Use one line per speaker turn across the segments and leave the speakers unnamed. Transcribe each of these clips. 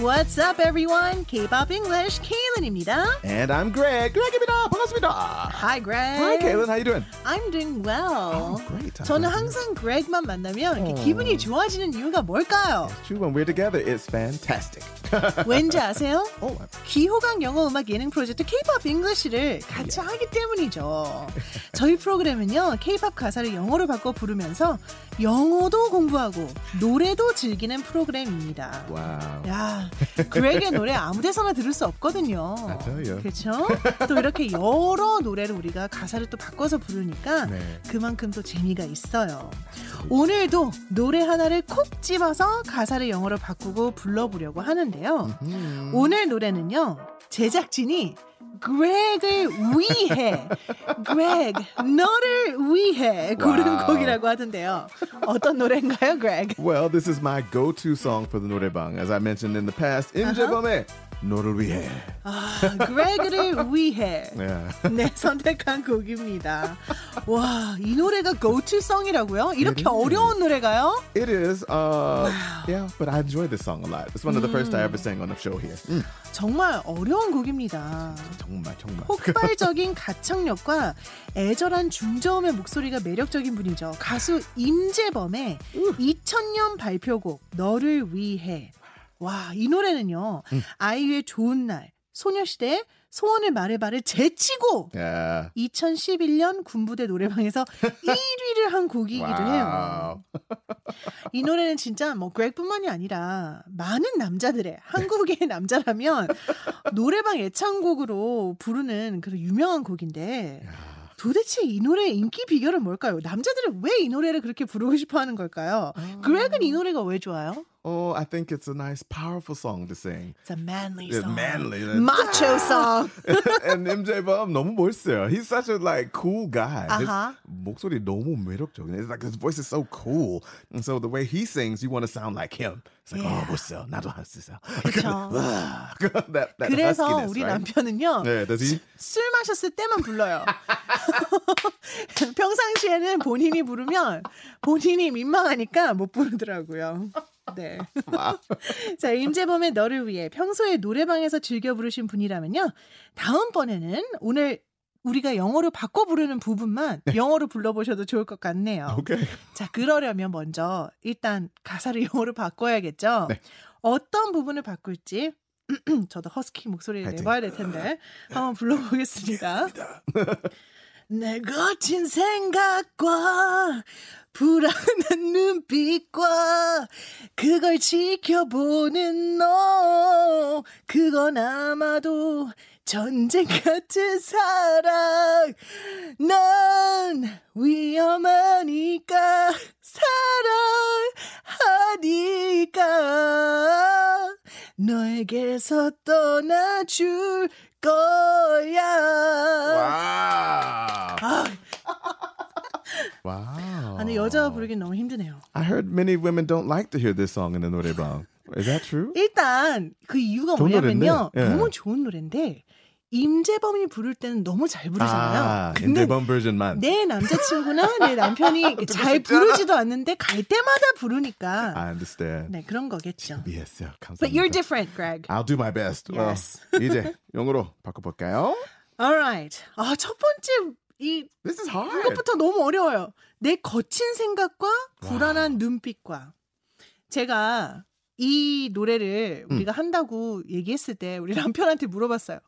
What's up, everyone? K-pop English, Kaylin입니다.
And I'm Greg. Greg입니다. 반갑습니다.
Hi, Greg.
Hi, Kaylin. How you doing?
I'm doing well.
I'm great.
저는 항상 Greg만 만나면 이렇게
어.
기분이 좋아지는 이유가 뭘까요?
True, when we're together, it's fantastic.
왠지 아세요?
oh,
기호강 영어 음악 예능 프로젝트 K-pop English를
예.
같이 하기 때문이죠. 저희 프로그램은요, K-pop 가사를 영어로 바꿔 부르면서 영어도 공부하고 노래도 즐기는 프로그램입니다.
wow.
야, 그렉의 노래 아무데서나 들을 수 없거든요.
맞아요. 예.
그렇죠? 또 이렇게 여러 노래를 우리가 가사를 또 바꿔서 부르니까
네. 그렇죠.
그만큼 또 재미가 있어요. 오늘도 노래 하나를 콕 집어서 가사를 영어로 바꾸고 불러보려고 하는데요.
음.
오늘 노래는요. 제작진이 그렉을 위해, 그렉 너를 위해 고른
와우.
곡이라고 하던데요. 어떤 노래인가요, 그렉?
Well, this is my go-to song for the 노래방. As I mentioned in the past, 임재범의 너를 위해.
아, 그레그를 위해
Yeah.
네 선택한 곡입니다. 와, 이 노래가 go-to-song이라고요? 이렇게 어려운 노래가요?
It is, uh, yeah, but I enjoy this song a lot. It's one of the first I ever sang on the show here. Mm.
정말 어려운 곡입니다.
정말, 정말.
폭발적인 가창력과 애절한 중저음의 목소리가 매력적인 분이죠. 가수 임재범의 2000년 발표곡 너를 위해. 와, 이 노래는요. 아이유의 좋은 날, 소녀시대의 소원을 말해봐를 제치고
Yeah.
2011년 군부대 노래방에서 1위를 한 곡이기도 해요.
Wow.
이 노래는 진짜 뭐 그렉뿐만이 아니라 많은 남자들의
네.
한국의 남자라면 노래방 애창곡으로 부르는 그런 유명한 곡인데 도대체 이 노래의 인기 비결은 뭘까요? 남자들은 왜 이 노래를 그렇게 부르고 싶어 하는 걸까요?
아.
그렉은 이 노래가 왜 좋아요?
Oh, I think it's a nice, powerful song to sing.
It's a manly
It's
song.
manly.
Macho song.
and MJ Bum 너무 멋있어요. He's such a like cool guy. His
Uh-huh.
목소리 너무 매력적이네. It's like his voice is so cool. And so the way he sings, you want to sound like him. It's like,
Yeah.
oh, 멋있어. 나도 할 수 있어.
그쵸.
that, that
그래서
huskiness,
우리
right? 네.
남편은요.
Yeah, does he?
술 마셨을 때만 불러요. 평상시에는 본인이 부르면 본인이 민망하니까 못 부르더라고요. 네. 자, 임재범의 너를 위해 평소에 노래방에서 즐겨 부르신 분이라면요. 다음번에는 오늘 우리가 영어로 바꿔 부르는 부분만 영어로 불러보셔도 좋을 것 같네요.
Okay.
자, 그러려면 먼저 일단 가사를 영어로 바꿔야겠죠.
네.
어떤 부분을 바꿀지 저도 허스키 목소리를
파이팅.
내봐야 될 텐데 한번 불러보겠습니다. 내 거친 생각과 불안한 눈빛과 그걸 지켜보는 너 그건 아마도 전쟁 같은 사랑 난 위험하니까 사랑하니까 너에게서 떠나줄 거야
Wow. wow.
아니 여자가 부르긴 너무 힘드네요.
I heard many women don't like to hear this song in the 노래방. Is that true?
일단 그 이유가
좋은
뭐냐면요.
노래인데, 예.
너무 좋은 노래인데 임재범이 부를 때는 너무 잘 부르잖아요.
아,
근데
MJ Bum version만.
내 남자친구나 내 남편이 잘 부르지도 않는데 갈 때마다 부르니까
I understand.
네 그런 거겠죠.
Yes, yeah. 감사합니다.
But you're different, Greg.
I'll do my best. 어,
Yes.
이제 영어로 바꿔볼까요?
Alright. 아 첫 번째 이
This is hard.
이것부터 너무 어려워요. 내 거친 생각과 불안한 눈빛과 제가 이 노래를
음.
우리가 한다고 얘기했을 때 우리 남편한테 물어봤어요.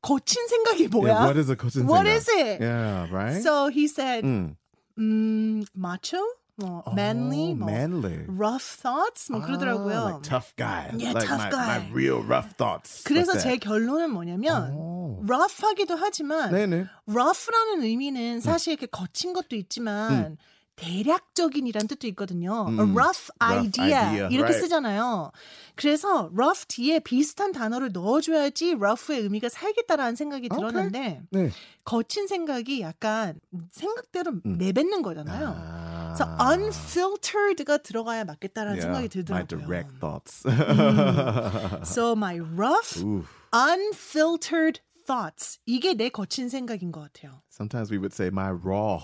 거친 생각이 뭐야?
Yeah, 아. 예, what is a 거친
What
생각?
is it?
Yeah, right?
So he said,
음.
음, macho, 뭐, manly,
Oh,
뭐,
manly.
rough thoughts, 뭐 그러더라고요.
Ah, like tough guy.
Yeah,
like
tough
my,
guy.
My real rough thoughts.
그래서
like
제
that.
결론은 뭐냐면
오.
rough하기도 하지만
네네.
rough라는
음.
의미는 사실 이렇게 거친 것도 있지만 대략적인이란 뜻도 있거든요. A
음.
rough
Rough
idea,
idea,
이렇게
right.
쓰잖아요. 그래서 rough 뒤에 비슷한 단어를 넣어줘야지 rough의 의미가 살겠다라는 생각이
Okay.
들었는데
네.
거친 생각이 약간 생각대로
음.
내뱉는 거잖아요. 그래서
아.
unfiltered가 들어가야 맞겠다라는
Yeah,
생각이
My
들더라고요.
direct thoughts.
So my rough,
Ooh.
unfiltered thoughts 이게 내 거친 생각인 것 같아요.
Sometimes we would say my raw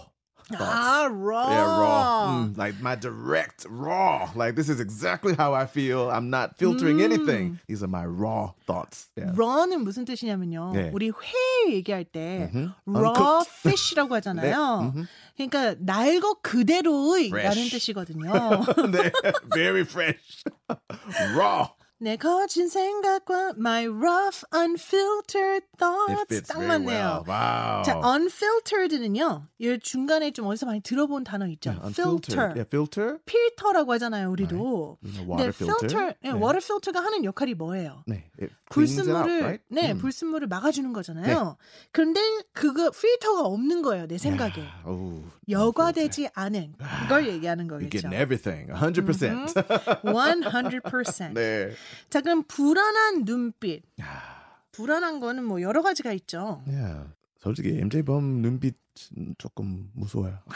thoughts.
아, raw.
Yeah, 예, raw. Mm, like my direct raw. Like this is exactly how I feel. I'm not filtering anything. These are my raw thoughts. Yeah.
raw는 무슨 뜻이냐면요.
네.
우리 회 얘기할 때 raw
Uncooked. 네.
fish라고 하잖아요. 그러니까 날 것 그대로의라는
Fresh.
뜻이거든요.
네. Very fresh. raw.
내 네, 거친 생각과 my rough unfiltered
It
thoughts
fits
딱
very
맞네요.
well. Wow.
자, unfiltered는요. 이 중간에 좀 어디서 많이 들어본 단어 있죠.
네,
filter.
Yeah, filter.
필터라고 하잖아요, 우리도.
You know,
근데
예. 음, water filter.
filter, 예,
네.
water filter가 하는 역할이 뭐예요?
네, it cleans it out,
불순물을
right? 네.
네,
Mm.
불순물을 막아주는 거잖아요. 그런데 그거 필터가 없는 거예요, 내 생각에.
Yeah. Oh,
여과되지 않은
아,
걸 얘기하는
you're
거겠죠.
getting everything. 100%. percent
100%.
네.
자, 그럼 불안한 눈빛.
아,
불안한 거는 뭐 여러 가지가 있죠.
yeah. 솔직히 MJ 범 눈빛 조금 무서워요.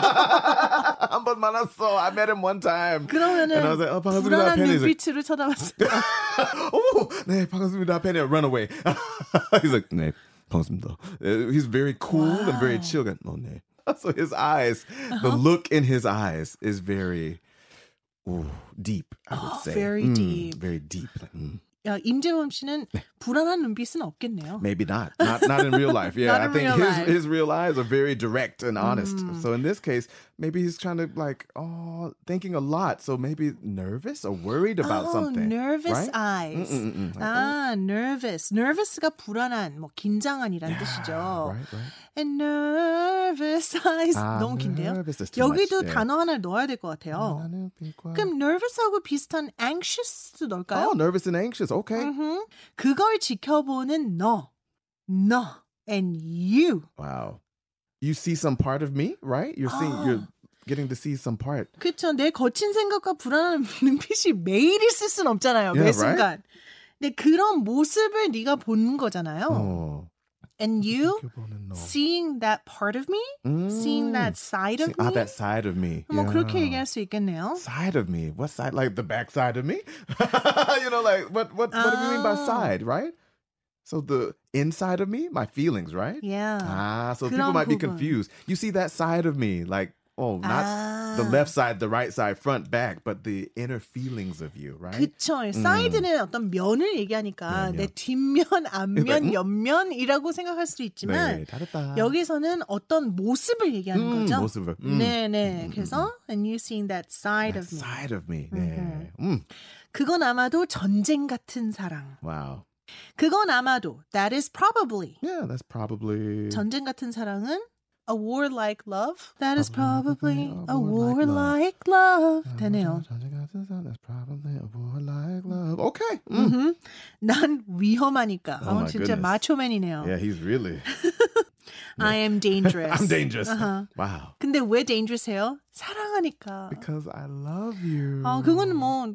한 번 만났어. I met him one time. And I was
그러면은
like, 어, 반갑습니다.
불안한
팬이 이제 네.
눈빛으로 쳐다봤어요.
오, 네, 반갑습니다. 팬이 run away. He's like, 네, 반갑습니다. Uh, He's very cool and very chill. Like, oh, 네. So his eyes,
Uh-huh.
the look in his eyes is very ooh, deep, I would
Oh,
say. Mm,
very deep.
Very deep. Like, mm,
야, 임재범 씨는
네.
불안한 눈빛은 없겠네요.
maybe not. Not not in real life. Yeah,
Not
I
in
think
real
his
life. Mm.
his real eyes are very direct and honest. So in this case, maybe he's trying to like, oh, thinking a lot. So maybe nervous or worried about
oh,
something.
nervous
right?
eyes.
Mm, mm, mm, like,
아, nervous. nervous가 불안한, 뭐 긴장한이란 뜻이죠.
right, right.
And nervous eyes.
아,
너무 긴데요.
Ah, nervous is too
여기도
much. 네. 예.
단어 하나 넣어야 될 것 같아요.
나는 빈과-
그럼 nervous하고 비슷한 anxious도 넣을까요?
Oh, nervous and anxious. Okay.
음흠. 그걸 지켜보는 너, 너 and you.
Wow. You see some part of me, right? You're seeing. You're getting to see some part.
그쵸. 내 거친 생각과 불안한 눈빛이 매일 있을 순 없잖아요. 매
Yeah,
순간.
right?
근데 그런 모습을 네가 보는 거잖아요.
Oh.
And you
지켜보는 너.
seeing that part of me,
Mm.
seeing that side of
See-
me.
ah, that side of me.
뭐 그렇게 얘기할
Yeah.
수 있겠네요.
Side of me. What side? Like the back side of me? you know, like what? What? What do we mean by
Ah.
side? Right. So the inside of me, my feelings, right?
Yeah.
Ah, so
그런
people might be
부분.
confused. You see that side of me, like oh, not the
아.
left side, the right side, front, back, but the inner feelings of you, right?
그쵸. 사이드는 어떤 면을 얘기하니까
음. 네, 면, 면.
내 뒷면, 앞면,
음?
옆면이라고 생각할 수도 있지만
네, 다르다.
여기서는 어떤 모습을 얘기하는
음,
거죠.
모습을. 음.
네네. 그래서 and you seeing that side
That
of me.
side of me. 네. 음.
그건 아마도 전쟁 같은 사랑.
Wow.
그건 아마도 that is probably
Yeah, that's probably
전쟁 같은 사랑은 a warlike love. That is
아,
probably a warlike
warlike
love.
아,
되네요.
전쟁 같은 사람, That's probably a warlike love. Okay. 음.
음흠. 난 위험하니까.
Oh
아,
my
진짜
goodness.
마초맨이네요.
Yeah, he's really.
I am dangerous.
네. I'm dangerous.
아하.
Wow.
근데 왜 dangerous해요? 사랑하니까.
Because I love you.
아, 그건 뭐
음.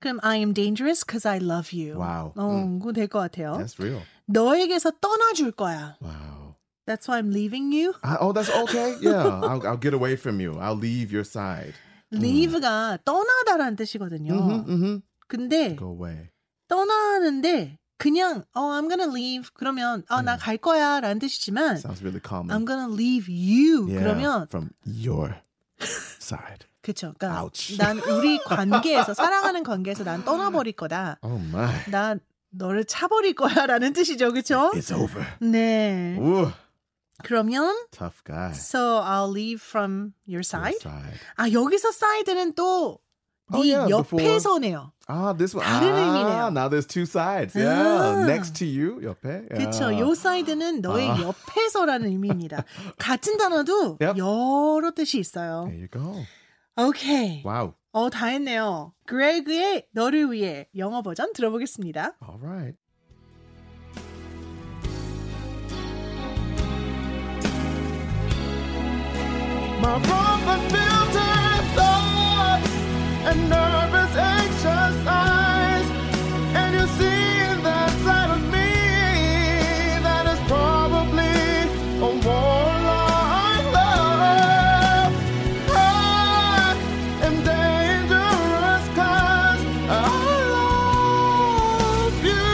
그럼 I am dangerous because I love you.
Wow.
어,
음.
그거 될 것 같아요.
That's real.
너에게서 떠나줄 거야.
Wow.
That's why I'm leaving you.
I, oh, that's okay. Yeah, I'll, I'll get away from you. I'll leave your side.
leave가 떠나다라는 뜻이거든요.
Mhm, mhm.
근데
Go away.
떠나는데 그냥 어 I'm gonna leave 그러면 어
음.
나 갈 거야라는 뜻이지만
Sounds really common.
I'm gonna leave you
음. Yeah,
그러면
from your side.
그쵸. 그러니까
Ouch.
난 우리 관계에서 사랑하는 관계에서 난 떠나버릴 거다.
Oh my.
나 너를 차버릴 거야라는 뜻이죠, 그쵸?
It's over.
네.
Ooh,
그러면
tough guy.
so I'll leave from your side.
Your side.
아 여기서 side는 또네
Oh, yeah,
옆에서네요.
Ah, this one.
다른
Ah,
의미네요.
now there's two sides. Yeah,
Ah.
next to you, Ah, 옆에. Yeah.
그렇죠. 요 사이드는 너의
아.
옆에서라는 의미입니다. 같은 단어도
Yep. 네.
여러 뜻이 있어요.
There you go.
오케이.
Wow.
어, 다 했네요. 그레그의 너를 위해 영어 버전 들어보겠습니다.
All right. My rough unfiltered thoughts and nervous, anxious eyes, and you see that side of me that is probably a warlike love. I am Ah, dangerous 'cause I love you,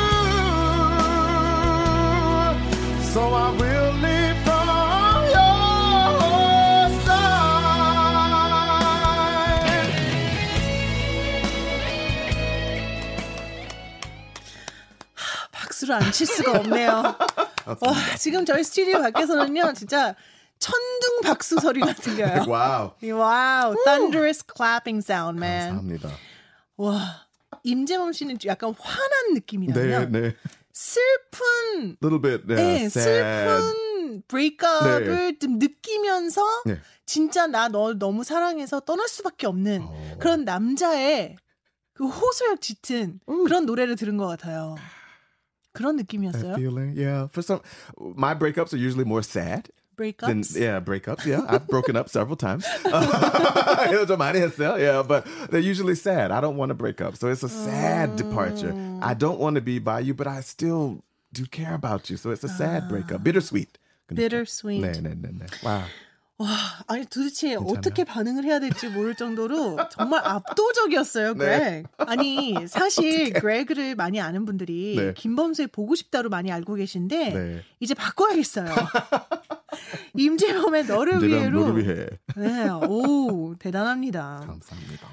so I will leave from you.
박수를 안 칠 수가 없네요. 와, 지금 저희 스튜디오 밖에서는요, 진짜 천둥 박수 소리가 들려요.
네, 와우.
이 와우, thunderous clapping sound, man.
감사합니다.
와, 임재범 씨는 약간 화난
네,
느낌이라면
네.
슬픈,
Little bit.
네,
Yeah, sad.
슬픈 브레이크업을 좀 느끼면서
네.
진짜 나 널 너무 사랑해서 떠날 수밖에 없는
어.
그런 남자의 그 호소력 짙은 그런 노래를 들은 것 같아요. 그런
That
느낌이었어요.
feeling, yeah. For some, my breakups are usually more sad than
브레이크업스.
yeah breakups. Yeah, I've broken up several times. 이거 좀 많이 했어요. yeah, but they're usually sad. I don't want to break up, so it's a sad departure. I don't want to be by you, but I still do care about you, so it's a sad breakup, bittersweet.
Bittersweet.
네, 네, 네, 네. Wow.
와, 아니 도대체 어떻게 반응을 해야 될지 모를 정도로 정말 압도적이었어요, 그렉. 아니 사실 그렉을 많이 아는 분들이
네.
김범수의 보고 싶다로 많이 알고 계신데
네.
이제 바꿔야겠어요. 임재범의 너를
내가
위해로.
너를 위해.
네, 오 대단합니다.
감사합니다.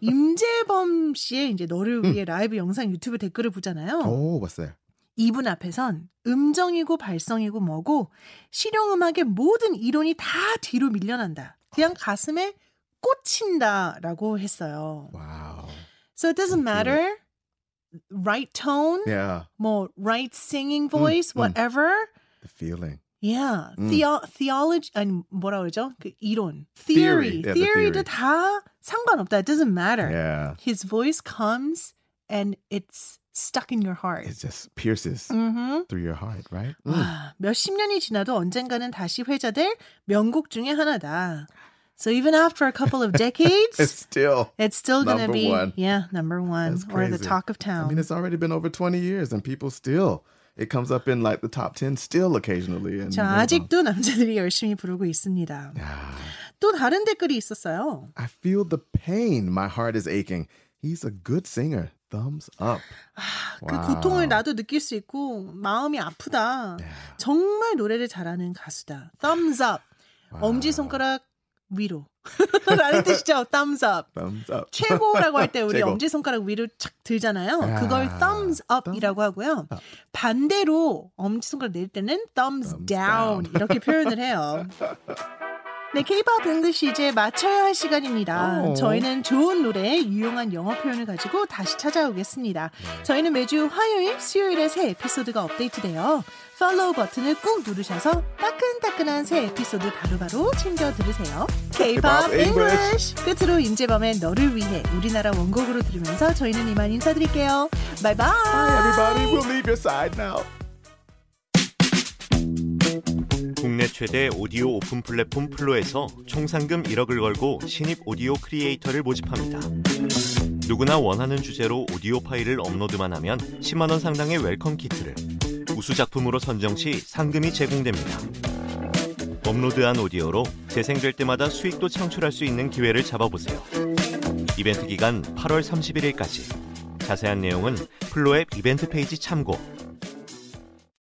임재범 씨의 이제 너를 위해 라이브 영상 유튜브 댓글을 보잖아요.
오, 왔어요.
이분 앞에선 음정이고 발성이고 뭐고 실용음악의 모든 이론이 다 뒤로 밀려난다.
아.
그냥 가슴에 꽂힌다라고 했어요.
Wow.
So it doesn't matter right tone,
Yeah,
뭐 right singing voice,
네. 음.
whatever.
the feeling.
Yeah,
음.
theo, theology 아니 뭐라 그러죠? 그 이론, theory,
Theory. Yeah, the
theory도
theory.
다 상관없다. It doesn't matter.
Yeah,
His voice comes and it's stuck in your heart.
it just pierces
음.
through your heart, right? Mm.
와, 몇십 년이 지나도 언젠가는 다시 회자될 명곡 중에 하나다. So even after a couple of
It's
decades,
still.
it's still gonna
number
be
one.
yeah, number one
That's
or the
crazy.
talk of
I
town.
mean, it's already been over 20 years, and people still, it comes up in like the top 10 still occasionally. And
자, 아직도 남자들이 열심히 부르고 있습니다.
Ah,
또 다른 댓글이 있었어요.
I feel the pain. My heart is aching. He's a good singer. Thumbs up.
그
Wow.
고통을 나도 느낄 수 있고 마음이 아프다.
Yeah.
정말 노래를 잘하는 가수다. Thumbs up.
Wow.
엄지 손가락 위로. 라는 뜻이죠. Thumbs up.
Thumbs up.
최고라고 할 때 우리
최고.
엄지손가락 위로 착 들잖아요.
아,
그걸 thumbs up이라고 하고요.
up.
반대로 엄지손가락 내릴 때는 thumbs,
Thumbs
down,
down.
이렇게 표현을 해요. 네, K-pop English 이제 맞춰야 할 시간입니다.
어.
저희는 좋은 노래에 유용한 영어 표현을 가지고 다시 찾아오겠습니다.
네.
저희는 매주 화요일, 수요일에 새 에피소드가 업데이트돼요. 팔로우 버튼을 꾹 누르셔서 따끈따끈한 새 에피소드 바로바로 챙겨 들으세요. K-pop
K-pop
English
English.
끝으로 임재범의 너를 위해 우리나라 원곡으로 들으면서 저희는 이만 인사드릴게요. 바이바이.
Hi, everybody. We'll leave your side now.
국내 최대 오디오 오픈 플랫폼 플로에서 총상금 1억을 걸고 신입 오디오 크리에이터를 모집합니다. 누구나 원하는 주제로 오디오 파일을 업로드만 하면 10만 원 상당의 웰컴 키트를 우수 작품으로 선정 시 상금이 제공됩니다. 업로드한 오디오로 재생될 때마다 수익도 창출할 수 있는 기회를 잡아보세요. 이벤트 기간 8월 31일까지. 자세한 내용은 플로앱 이벤트 페이지 참고